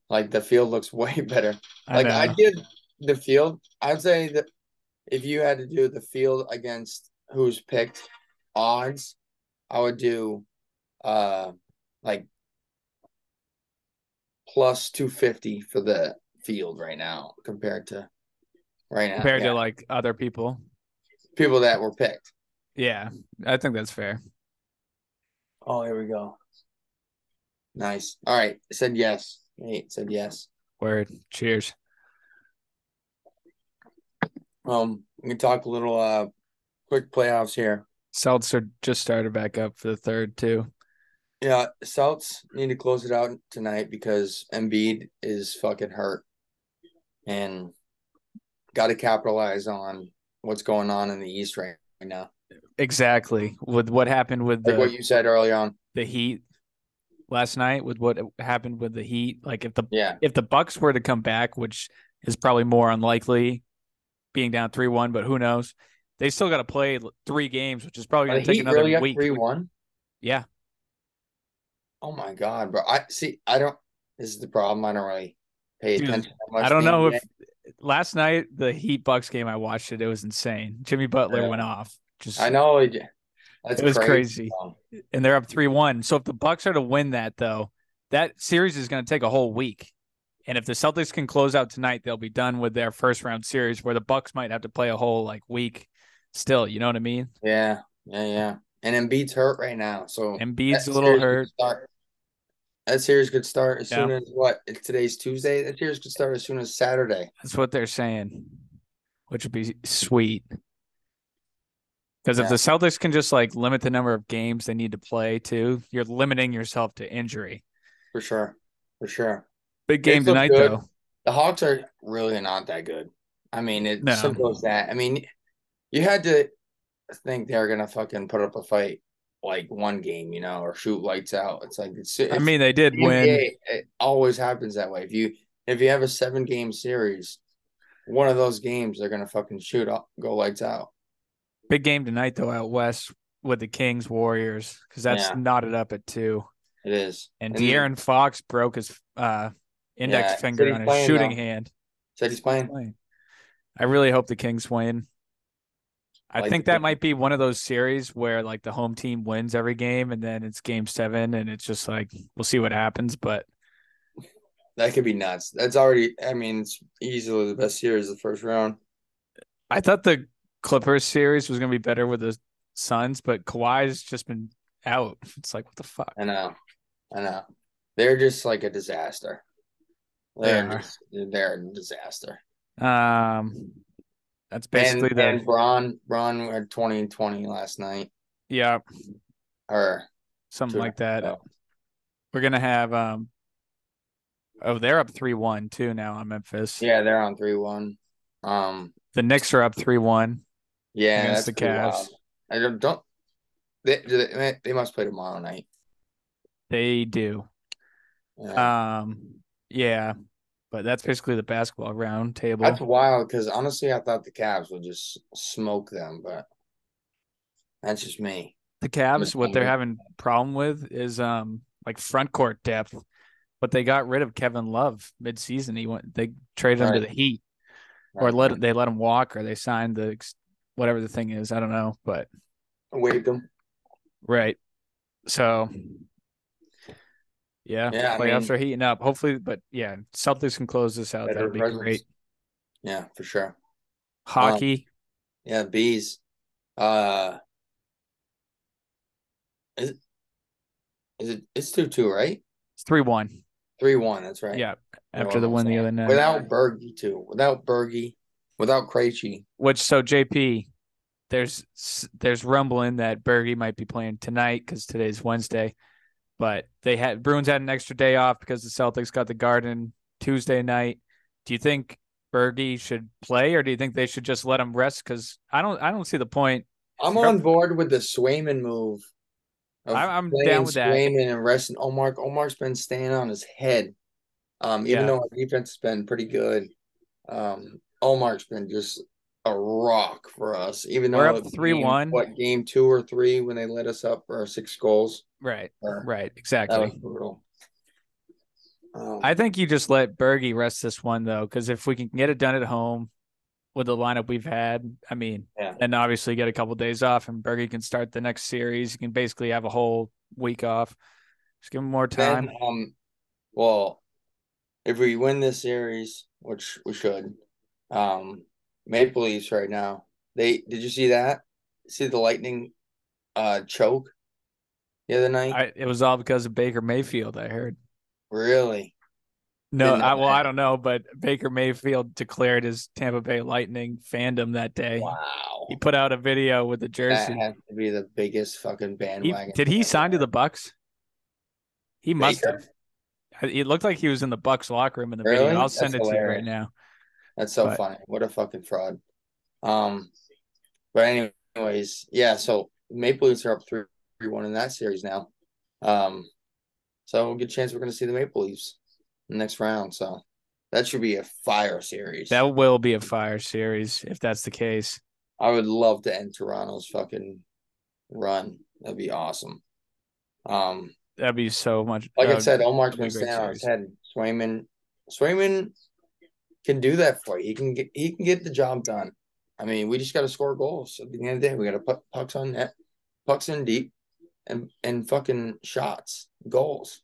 Speaker 2: Like the field looks way better. Like
Speaker 1: I
Speaker 2: I
Speaker 1: know.
Speaker 2: did the field. I'd say that if you had to do the field against who's picked odds, I would do uh like plus two fifty for the field right now compared to right now.
Speaker 1: compared
Speaker 2: yeah,
Speaker 1: to like other people.
Speaker 2: people that were picked.
Speaker 1: Yeah, I think that's fair.
Speaker 2: Oh, here we go. Nice. All right. It Said yes. Nate said yes.
Speaker 1: Word. Cheers.
Speaker 2: Um, we can talk a little uh quick playoffs here.
Speaker 1: Seltzer just started back up for the third too.
Speaker 2: Yeah, Celts need to close it out tonight because Embiid is fucking hurt and got to capitalize on what's going on in the East right now.
Speaker 1: Exactly. With what happened with
Speaker 2: Like
Speaker 1: the
Speaker 2: what you said earlier on.
Speaker 1: the Heat last night, with what happened with the Heat, like if the
Speaker 2: Yeah.
Speaker 1: if the Bucks were to come back, which is probably more unlikely, being down three one, but who knows? They still got to play l- three games, which is probably
Speaker 2: Are
Speaker 1: going
Speaker 2: the
Speaker 1: to take
Speaker 2: Heat
Speaker 1: another
Speaker 2: really up
Speaker 1: week.
Speaker 2: 3 1?
Speaker 1: Yeah.
Speaker 2: Oh my God, bro. I see. I don't. This is the problem. I don't really pay
Speaker 1: Dude,
Speaker 2: attention that much.
Speaker 1: I don't
Speaker 2: to
Speaker 1: know
Speaker 2: NBA.
Speaker 1: if last night the Heat Bucks game I watched it. It was insane. Jimmy Butler
Speaker 2: Yeah.
Speaker 1: went off. Just
Speaker 2: I know. it- That's
Speaker 1: it was crazy.
Speaker 2: crazy. though.
Speaker 1: and they're up three one. So if the Bucks are to win that, though, that series is going to take a whole week. And if the Celtics can close out tonight, they'll be done with their first round series, where the Bucks might have to play a whole like week. Still, you know what I mean?
Speaker 2: Yeah. Yeah. Yeah. And Embiid's hurt right now. So
Speaker 1: Embiid's
Speaker 2: That
Speaker 1: a little
Speaker 2: series could
Speaker 1: hurt.
Speaker 2: start- That series could start as
Speaker 1: Yeah.
Speaker 2: soon as what? If Today's Tuesday. That series could start as soon as Saturday.
Speaker 1: That's what they're saying, which would be sweet. Because if
Speaker 2: Yeah.
Speaker 1: the Celtics can just like limit the number of games they need to play, too, you're limiting yourself to injury.
Speaker 2: For sure. For sure.
Speaker 1: Big
Speaker 2: They
Speaker 1: game
Speaker 2: look
Speaker 1: tonight,
Speaker 2: good.
Speaker 1: though.
Speaker 2: The Hawks are really not that good. I mean, it's
Speaker 1: No.
Speaker 2: simple as that. I mean, you had to think they were gonna fucking put up a fight like one game, you know, or shoot lights out. It's like it's,
Speaker 1: I
Speaker 2: it's-
Speaker 1: mean, they did
Speaker 2: the
Speaker 1: win.
Speaker 2: NBA, it always happens that way. If you if you have a seven game series, one of those games they're gonna fucking shoot up, go lights out.
Speaker 1: Big game tonight, though, out west with the Kings Warriors, because that's
Speaker 2: Yeah.
Speaker 1: knotted up at two.
Speaker 2: It is.
Speaker 1: And
Speaker 2: then-
Speaker 1: De'Aaron Fox broke his uh, index
Speaker 2: Yeah,
Speaker 1: finger
Speaker 2: he's
Speaker 1: on his
Speaker 2: playing,
Speaker 1: shooting
Speaker 2: though.
Speaker 1: hand.
Speaker 2: Said he's playing.
Speaker 1: playing. I really hope the Kings win. I
Speaker 2: Like
Speaker 1: think
Speaker 2: the
Speaker 1: that
Speaker 2: Kings.
Speaker 1: might be one of those series where like the home team wins every game and then it's game seven and it's just like we'll see what happens. But
Speaker 2: That could be nuts. That's already. I mean, it's easily the best series of the first round.
Speaker 1: I thought the Clippers series was gonna be better with the Suns, but Kawhi's just been out. It's like what the fuck?
Speaker 2: I know. I know. They're just like a disaster.
Speaker 1: They
Speaker 2: They're,
Speaker 1: are.
Speaker 2: just- they're a disaster.
Speaker 1: Um, that's basically
Speaker 2: and,
Speaker 1: the
Speaker 2: and Braun Braun had twenty and twenty last night.
Speaker 1: yeah,
Speaker 2: Or
Speaker 1: something
Speaker 2: Sure.
Speaker 1: like that.
Speaker 2: Yeah.
Speaker 1: We're gonna have um. Oh, they're up three one too now on Memphis.
Speaker 2: yeah, they're on three one. Um
Speaker 1: The Knicks are up three one.
Speaker 2: yeah,
Speaker 1: Against
Speaker 2: that's
Speaker 1: the
Speaker 2: pretty
Speaker 1: Cavs.
Speaker 2: wild. I don't, don't they, do they they must play tomorrow night.
Speaker 1: They do.
Speaker 2: Yeah.
Speaker 1: Um, yeah, but that's basically the basketball round table.
Speaker 2: that's wild because honestly I thought the Cavs would just smoke them, but that's just me.
Speaker 1: the Cavs, what they're
Speaker 2: Mr.
Speaker 1: having problem with is um like front court depth, but they got rid of Kevin Love midseason. He went they traded him to the
Speaker 2: Right.
Speaker 1: Heat, or let they let him walk, or they signed the ex- whatever the thing is. I don't know, but
Speaker 2: Waved them.
Speaker 1: right. So yeah,
Speaker 2: Yeah, I
Speaker 1: playoffs
Speaker 2: mean-
Speaker 1: are heating up. Hopefully, but yeah, Celtics can close this out.
Speaker 2: Better
Speaker 1: Oh, That'd be
Speaker 2: presence. Um,
Speaker 1: great.
Speaker 2: Yeah, for sure.
Speaker 1: Hockey.
Speaker 2: Yeah, bees. Uh is it, is it it's two two, right?
Speaker 1: It's three one.
Speaker 2: Three one, that's right.
Speaker 1: Yeah.
Speaker 2: You
Speaker 1: After
Speaker 2: know what
Speaker 1: the
Speaker 2: I'm
Speaker 1: win the
Speaker 2: saying.
Speaker 1: other night.
Speaker 2: Without Bergie too. Without Bergie, without Krejci.
Speaker 1: Which so JP, there's s- there's rumbling that Bergie might be playing tonight because today's Wednesday, but they had Bruins had an extra day off because the Celtics got the Garden Tuesday night. Do you think Bergie should play, or do you think they should just let him rest? Because I don't I don't see the point.
Speaker 2: I'm on board with the Swayman move. of
Speaker 1: I- I'm
Speaker 2: playing
Speaker 1: down with that.
Speaker 2: Swayman and resting Omar. Omar's been staying on his head. Um, even
Speaker 1: Yeah.
Speaker 2: though our defense has been pretty good. Um, Omar's been just a rock for us. Even
Speaker 1: We're
Speaker 2: though
Speaker 1: up
Speaker 2: it was
Speaker 1: 3-1.
Speaker 2: game- What game two or three when they let us up for six goals?
Speaker 1: Right,
Speaker 2: Or-
Speaker 1: right,
Speaker 2: That was
Speaker 1: exactly.
Speaker 2: brutal. Um,
Speaker 1: I think you just let Bergie rest this one though, because if we can get it done at home with the lineup we've had, I mean,
Speaker 2: Yeah.
Speaker 1: and obviously get a couple days off, and Bergie can start the next series. You can basically have a whole week off. Just give him more time.
Speaker 2: Then, um, well, if we win this series, which we should, um, Maple Leafs right now. They did you see that? See the Lightning, uh, choke the other night.
Speaker 1: I, it was all because of Baker Mayfield. I heard.
Speaker 2: really?
Speaker 1: No,
Speaker 2: Didn't know
Speaker 1: I, well, I
Speaker 2: that.
Speaker 1: don't know, but Baker Mayfield declared his Tampa Bay Lightning fandom that day.
Speaker 2: Wow.
Speaker 1: He put out a video with the
Speaker 2: That
Speaker 1: jersey.
Speaker 2: has to be the biggest fucking
Speaker 1: He-
Speaker 2: bandwagon.
Speaker 1: did he sign to the Bucks? He must
Speaker 2: Baker?
Speaker 1: have. I- It looked like he was in the Bucks locker room in the
Speaker 2: Really?
Speaker 1: video. I'll
Speaker 2: That's
Speaker 1: send it to you right
Speaker 2: hilarious.
Speaker 1: now.
Speaker 2: That's so
Speaker 1: But-
Speaker 2: funny. What a fucking fraud. Um, but anyways, yeah. So Maple Leafs are up three three one in that series now. Um, so good chance we're gonna see the Maple Leafs in the next round. So that should be a fire series.
Speaker 1: That will be a fire series if that's the case.
Speaker 2: I would love to end Toronto's fucking run. That'd be awesome. Um,
Speaker 1: That'd be so much. uh,
Speaker 2: like
Speaker 1: that
Speaker 2: I
Speaker 1: would-
Speaker 2: said, Omar's been
Speaker 1: that'd be a great
Speaker 2: standing on his
Speaker 1: series.
Speaker 2: head. Swayman, Swayman can do that for you. He can get he can get the job done. I mean, we just got to score goals. At the end of the day, we got to put pucks on net, pucks in deep, and and fucking shots, goals.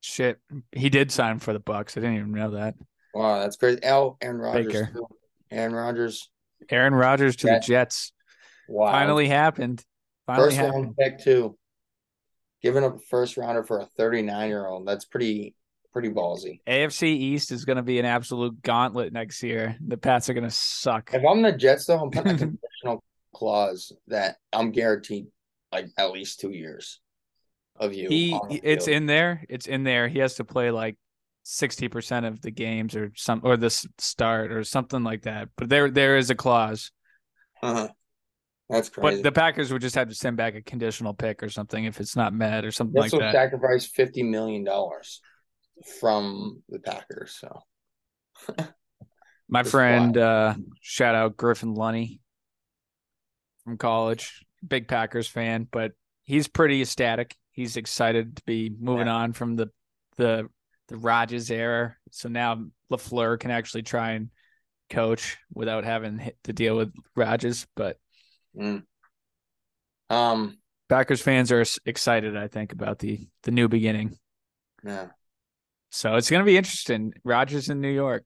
Speaker 1: shit, he did sign for the Bucks. I didn't even know that.
Speaker 2: Wow, that's crazy. L Aaron Rodgers,
Speaker 1: Baker.
Speaker 2: too. Aaron Rodgers.
Speaker 1: Aaron Rodgers to the
Speaker 2: Jets.
Speaker 1: Jets
Speaker 2: Wow,
Speaker 1: finally happened. Finally
Speaker 2: first
Speaker 1: happened.
Speaker 2: round pick too. Giving up a first rounder for a 39 year old. That's pretty pretty ballsy.
Speaker 1: AFC East is going to be an absolute gauntlet next year. The Pats are going to suck.
Speaker 2: If I'm the Jets, though, I'm putting a conditional clause that I'm guaranteed like at least two years of you.
Speaker 1: He,
Speaker 2: on the
Speaker 1: it's
Speaker 2: field.
Speaker 1: in there. It's in there. He has to play like sixty percent of the games or some or the s- start or something like that. But there, there is a clause.
Speaker 2: Uh-huh. That's
Speaker 1: But
Speaker 2: crazy.
Speaker 1: the Packers would just have to send back a conditional pick or something if it's not met or something like
Speaker 2: this will
Speaker 1: that.
Speaker 2: sacrifice fifty million dollars from the Packers. So
Speaker 1: My
Speaker 2: Just
Speaker 1: friend, uh, shout out Griffin Lunny from college, big Packers fan, but he's pretty ecstatic. He's excited to be moving on from the the the Rogers era. So now Lafleur can actually try and coach without having hit- to deal with Rogers. But
Speaker 2: um
Speaker 1: Packers fans are s- excited, I think, about the the new beginning.
Speaker 2: yeah.
Speaker 1: So it's going to be interesting. Rogers in New York.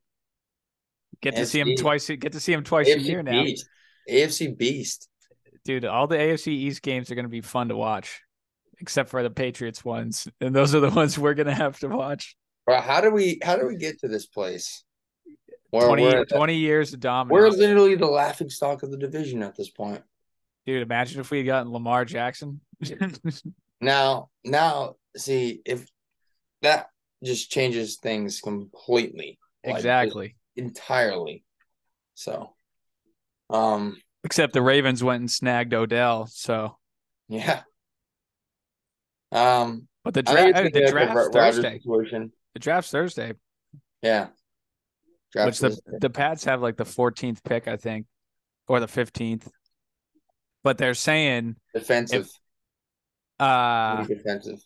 Speaker 1: Get to
Speaker 2: Yes,
Speaker 1: see him
Speaker 2: he-
Speaker 1: twice. a- Get to see him twice a year
Speaker 2: AFC
Speaker 1: now.
Speaker 2: Beast. AFC Beast.
Speaker 1: dude, all the AFC East games are going to be fun to watch. except for the Patriots ones, and those are the ones we're gonna have to watch.
Speaker 2: Bro, how do we how do we get to this place? Where
Speaker 1: 20,
Speaker 2: we're,
Speaker 1: 20 years of
Speaker 2: we're
Speaker 1: dominance.
Speaker 2: literally the laughing stock of the division at this point.
Speaker 1: Dude, imagine if we had gotten Lamar Jackson.
Speaker 2: Now, now, see if that just changes things completely, like, just
Speaker 1: exactly.
Speaker 2: entirely. So, um,
Speaker 1: Except the Ravens went and snagged Odell. So,
Speaker 2: yeah, um,
Speaker 1: but the
Speaker 2: I think
Speaker 1: draft,
Speaker 2: it's gonna
Speaker 1: the
Speaker 2: be like a
Speaker 1: draft's
Speaker 2: Ro- Rodgers
Speaker 1: Thursday.
Speaker 2: situation.
Speaker 1: The draft's Thursday,
Speaker 2: Yeah,
Speaker 1: which
Speaker 2: Draft
Speaker 1: the
Speaker 2: is-
Speaker 1: the Pats have like the 14th pick, I think, or the 15th. But they're saying
Speaker 2: defensive,
Speaker 1: uh
Speaker 2: defensive,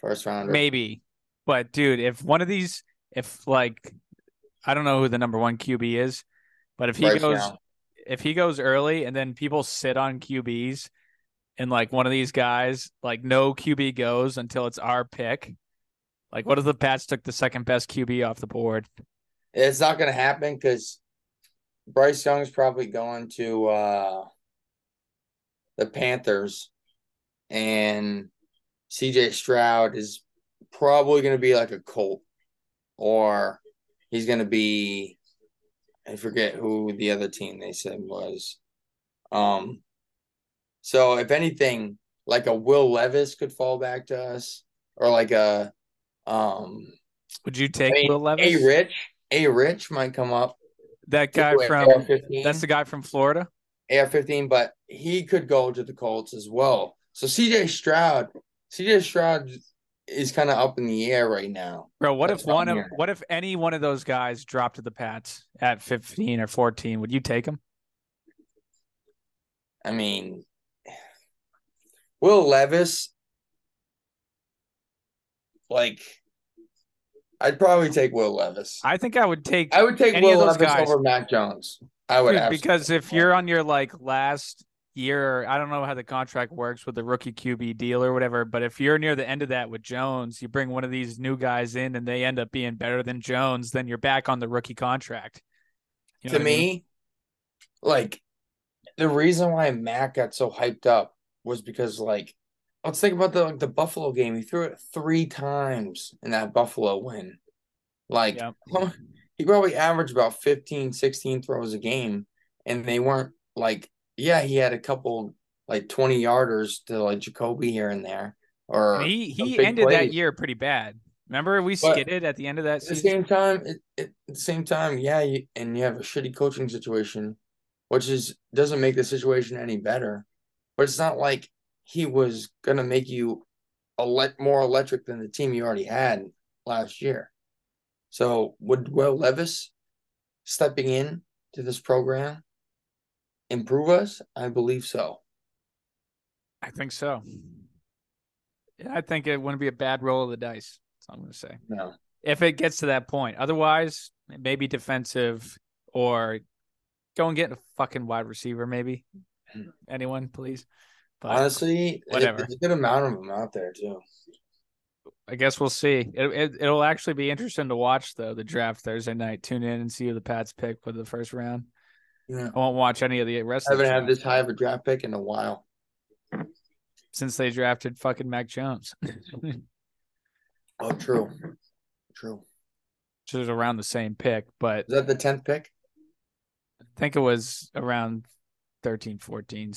Speaker 2: first rounder.
Speaker 1: maybe, but dude, if one of these, if like, I don't know who the number one QB is, but if he
Speaker 2: Bryce
Speaker 1: goes,
Speaker 2: Young.
Speaker 1: if he goes early, and then people sit on QBs, and like one of these guys, like no QB goes until it's our pick. Like, what if the Pats took the second best QB off the board?
Speaker 2: It's not going to happen because Bryce Young's probably going to uh, the Panthers, and CJ Stroud is probably going to be like a Colt, or he's going to be I forget who the other team they said was. Um, so if anything, like a Will Levis could fall back to us, or like a um
Speaker 1: Would you take
Speaker 2: I mean,
Speaker 1: Will Levis?
Speaker 2: a Rich, A Rich might come up.
Speaker 1: that guy from that's the guy from Florida.
Speaker 2: AR fifteen, but he could go to the Colts as well. So CJ Stroud, CJ Stroud is kind of up in the air right now.
Speaker 1: Bro, what
Speaker 2: That's
Speaker 1: if
Speaker 2: what I'm
Speaker 1: one of
Speaker 2: hearing.
Speaker 1: what if any one of those guys dropped to the Pats at 15 or 14? Would you take him?
Speaker 2: I mean, Will Levis, like, I'd probably take Will Levis. I,
Speaker 1: I think I would take
Speaker 2: would take
Speaker 1: any of
Speaker 2: Will
Speaker 1: those
Speaker 2: Levis
Speaker 1: guys.
Speaker 2: over Matt Jones. I would
Speaker 1: Dude,
Speaker 2: absolutely
Speaker 1: because if you're on your like last year, I don't know how the contract works with the rookie QB deal or whatever, but if you're near the end of that with Jones, you bring one of these new guys in and they end up being better than Jones, then you're back on the rookie contract. You know
Speaker 2: to
Speaker 1: what I
Speaker 2: me,
Speaker 1: mean?
Speaker 2: like the reason why Mac got so hyped up was because like let's think about the like, the Buffalo game. He threw it three times in that Buffalo win. Like
Speaker 1: Yep.
Speaker 2: he probably averaged about 15, 16 throws a game, and they weren't like yeah, he had a couple like twenty yarders to like Jacoby here and there. Or
Speaker 1: And he
Speaker 2: some
Speaker 1: he
Speaker 2: uh, big
Speaker 1: ended that
Speaker 2: plays.
Speaker 1: year pretty bad. Remember we
Speaker 2: But-
Speaker 1: skidded at the end of that
Speaker 2: at the
Speaker 1: season?
Speaker 2: same time, it, it, at the same time, yeah, you, and you have a shitty coaching situation, which is doesn't make the situation any better. But it's not like he was gonna make you elect more electric than the team you already had last year. So would Will Levis stepping in to this program improve us? I believe so.
Speaker 1: I think so. Yeah, I think it wouldn't be a bad roll of the dice. That's all I'm going to say.
Speaker 2: No,
Speaker 1: If it gets to that point, otherwise, maybe defensive or go and get a fucking wide receiver, maybe. Anyone, please. But
Speaker 2: honestly, it-
Speaker 1: whatever.
Speaker 2: there's a good amount of them out there too.
Speaker 1: I guess we'll see. It, it, it'll actually be interesting to watch, though, the draft Thursday night. Tune in and see who the Pats pick for the first round.
Speaker 2: Yeah,
Speaker 1: I won't watch any of the rest
Speaker 2: I
Speaker 1: of the
Speaker 2: haven't had
Speaker 1: draft
Speaker 2: this high of a draft pick in a while.
Speaker 1: since they drafted fucking Mac Jones, which
Speaker 2: Oh, true. True.
Speaker 1: is around the same pick, but
Speaker 2: Is that the 10th pick?
Speaker 1: I think it was around 13, 14,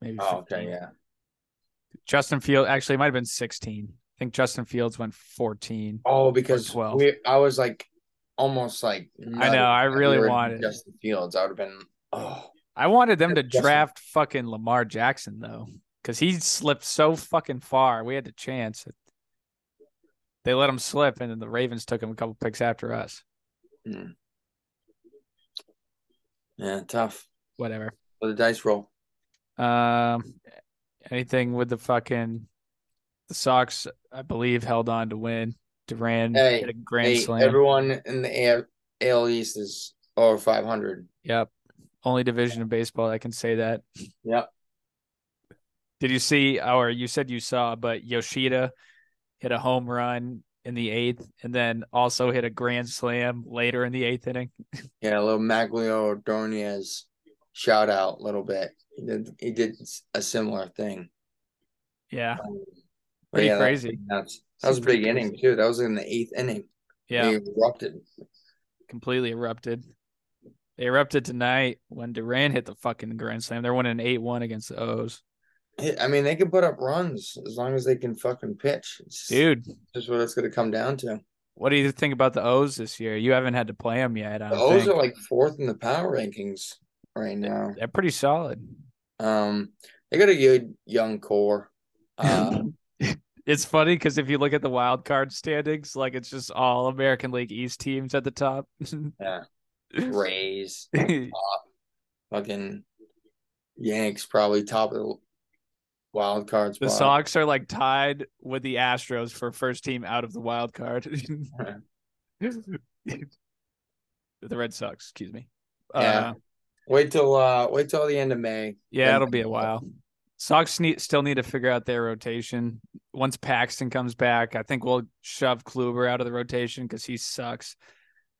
Speaker 1: maybe. 15.
Speaker 2: Oh, Yeah.
Speaker 1: Justin Field actually it might have been 16. I think Justin Fields went 14.
Speaker 2: Oh, because
Speaker 1: 12.
Speaker 2: we, I was like almost like,
Speaker 1: I know. I really
Speaker 2: wanted
Speaker 1: wanted.
Speaker 2: Justin Fields. I would have been, oh,
Speaker 1: I wanted them to
Speaker 2: Justin.
Speaker 1: draft fucking Lamar Jackson though, because he slipped so fucking far. We had the chance. They let him slip, and then the Ravens took him a couple picks after us.
Speaker 2: yeah, tough.
Speaker 1: Whatever.
Speaker 2: For the dice roll.
Speaker 1: Um, anything with the fucking the Sox, I believe, held on to win. Duran
Speaker 2: Hey,
Speaker 1: hit a grand
Speaker 2: Hey,
Speaker 1: slam.
Speaker 2: everyone in the AL, AL East is over 500.
Speaker 1: Yep. Only division of baseball that can say that.
Speaker 2: Yep.
Speaker 1: Did you see, or you said you saw, but Yoshida hit a home run in the eighth and then also hit a grand slam later in the eighth inning?
Speaker 2: Yeah, a little Maglio Ordonez shout out a little bit. He did, he did a similar thing.
Speaker 1: Yeah.
Speaker 2: Um, But
Speaker 1: Pretty
Speaker 2: yeah, that-
Speaker 1: crazy.
Speaker 2: That's, that was a big inning too. That was in the eighth inning.
Speaker 1: Yeah,
Speaker 2: They erupted.
Speaker 1: completely erupted. They erupted tonight when Durant hit the fucking grand slam. They're winning eight one against the O's.
Speaker 2: I mean, they can put up runs as long as they can fucking pitch. It's
Speaker 1: Dude,
Speaker 2: just what it's going to come down to.
Speaker 1: what do you think about the O's this year? You haven't had to play them yet. I
Speaker 2: The
Speaker 1: don't
Speaker 2: O's
Speaker 1: think.
Speaker 2: are like fourth in the power rankings right now.
Speaker 1: They're pretty solid.
Speaker 2: Um, they got a good young core. Uh,
Speaker 1: It's funny because if you look at the wild card standings, like it's just all American League East teams at the top.
Speaker 2: Rays, fucking Yanks, probably top of the wild cards.
Speaker 1: The Sox are like tied with the Astros for first team out of the wild card. the Red Sox, excuse me.
Speaker 2: Yeah.
Speaker 1: Uh,
Speaker 2: Wait till uh, wait till the end of May.
Speaker 1: yeah, it'll be a while. Sox need, still need to figure out their rotation. Once Paxton comes back, I think we'll shove Kluber out of the rotation because he sucks,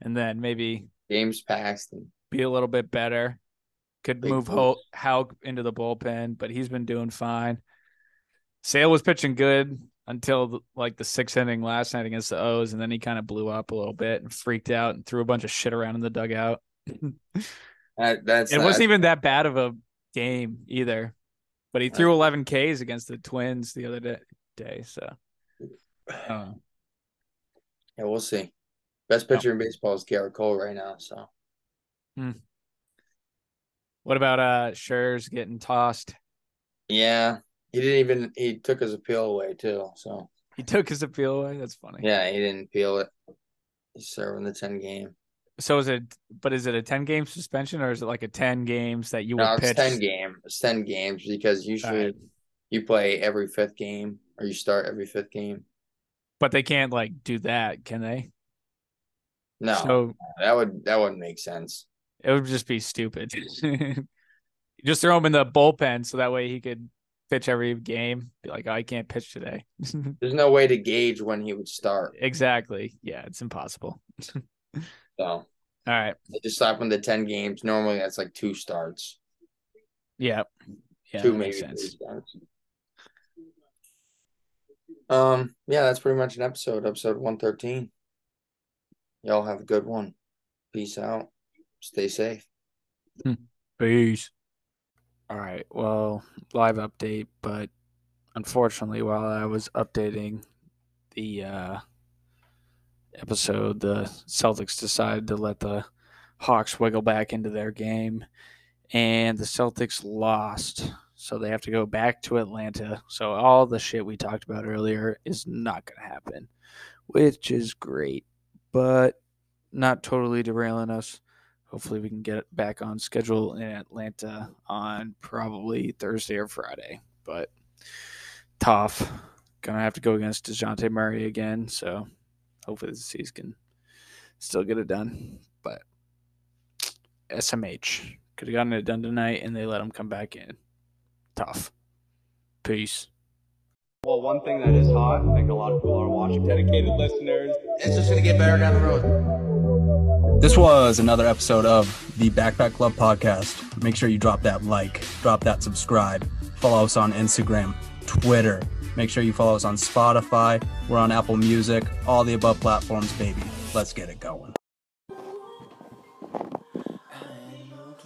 Speaker 1: and then maybe
Speaker 2: James Paxton.
Speaker 1: be a little bit better. Could
Speaker 2: Big
Speaker 1: move
Speaker 2: moves.
Speaker 1: Ho- Hauk into the bullpen, but he's been doing fine. Sale was pitching good until the, like the sixth inning last night against the O's, and then he kind of blew up a little bit and freaked out and threw a bunch of shit around in the dugout.
Speaker 2: That, that's
Speaker 1: it
Speaker 2: not-
Speaker 1: wasn't even that bad of a game either, but he threw 11 Ks against the Twins the other day. day so, Uh, I don't know.
Speaker 2: Yeah, we'll see. Best pitcher in baseball is Garrett Cole right now. So
Speaker 1: what about uh Scherz getting tossed?
Speaker 2: yeah, he didn't even he took his appeal away too. So
Speaker 1: He took his appeal away. That's funny.
Speaker 2: yeah, he didn't appeal it. He's serving the ten game.
Speaker 1: So is it? But is it a ten game suspension or is it like a ten games that you
Speaker 2: No,
Speaker 1: will
Speaker 2: it's
Speaker 1: pitch?
Speaker 2: ten game. It's ten games because
Speaker 1: All
Speaker 2: usually
Speaker 1: right.
Speaker 2: you play every fifth game or you start every fifth game.
Speaker 1: But they can't like do that, can they?
Speaker 2: No,
Speaker 1: So
Speaker 2: that would that wouldn't make sense.
Speaker 1: it would just be stupid. just throw him in the bullpen so that way he could pitch every game. Be like, oh, I can't pitch today.
Speaker 2: There's no way to gauge when he would start.
Speaker 1: exactly. Yeah, it's impossible.
Speaker 2: So
Speaker 1: All right.
Speaker 2: they just slap him the ten games. Normally that's like two starts,
Speaker 1: Yeah. Yeah.
Speaker 2: two
Speaker 1: that
Speaker 2: maybe
Speaker 1: makes
Speaker 2: three
Speaker 1: sense.
Speaker 2: starts. Um, yeah, that's pretty much an episode. Episode one thirteen. Y'all have a good one. Peace out. Stay safe.
Speaker 1: Peace. All right. Well, live update, but unfortunately, while I was updating the uh, episode, the Celtics decided to let the Hawks wiggle back into their game, and the Celtics lost. So they have to go back to Atlanta. So all the shit we talked about earlier is not going to happen, which is great, but not totally derailing us hopefully we can get it back on schedule in Atlanta on probably Thursday or Friday. But tough. Gonna have to go against DeJounte Murray again, so hopefully the C's can still get it done. But SMH. Could have gotten it done tonight and they let him come back in. Tough. Peace.
Speaker 4: Well, one thing that is hot, I think a lot of people are watching, dedicated listeners.
Speaker 6: It's just gonna get better down the road.
Speaker 8: This was another episode of the Backpack Club podcast. Make sure you drop that like, drop that subscribe, follow us on Instagram, Twitter. Make sure you follow us on Spotify. We're on Apple Music, all the above platforms, baby. Let's get it going.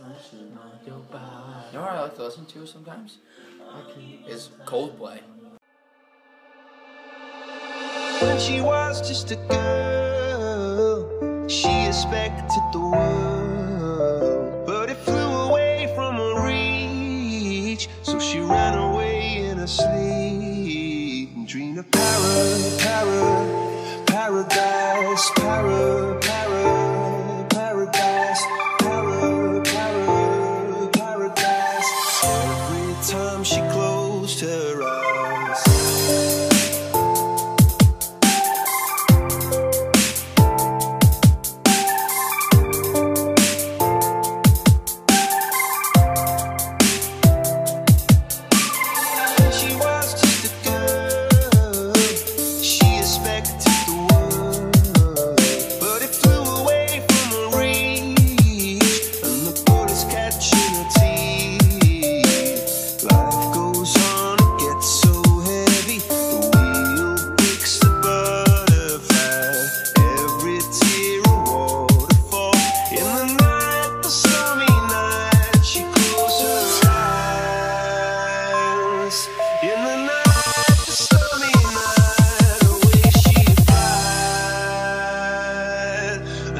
Speaker 6: You know what I like to listen to sometimes? Is Coldplay.
Speaker 9: When she was just a girl, she expected the world. But it flew away from her reach, so she ran away in her sleep. and Dreamed of para, para, paradise, para, para, paradise, para, para, paradise. Every time she closed her eyes. She was just a girl. She expected the world, but it flew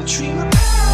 Speaker 9: dream about "Oh,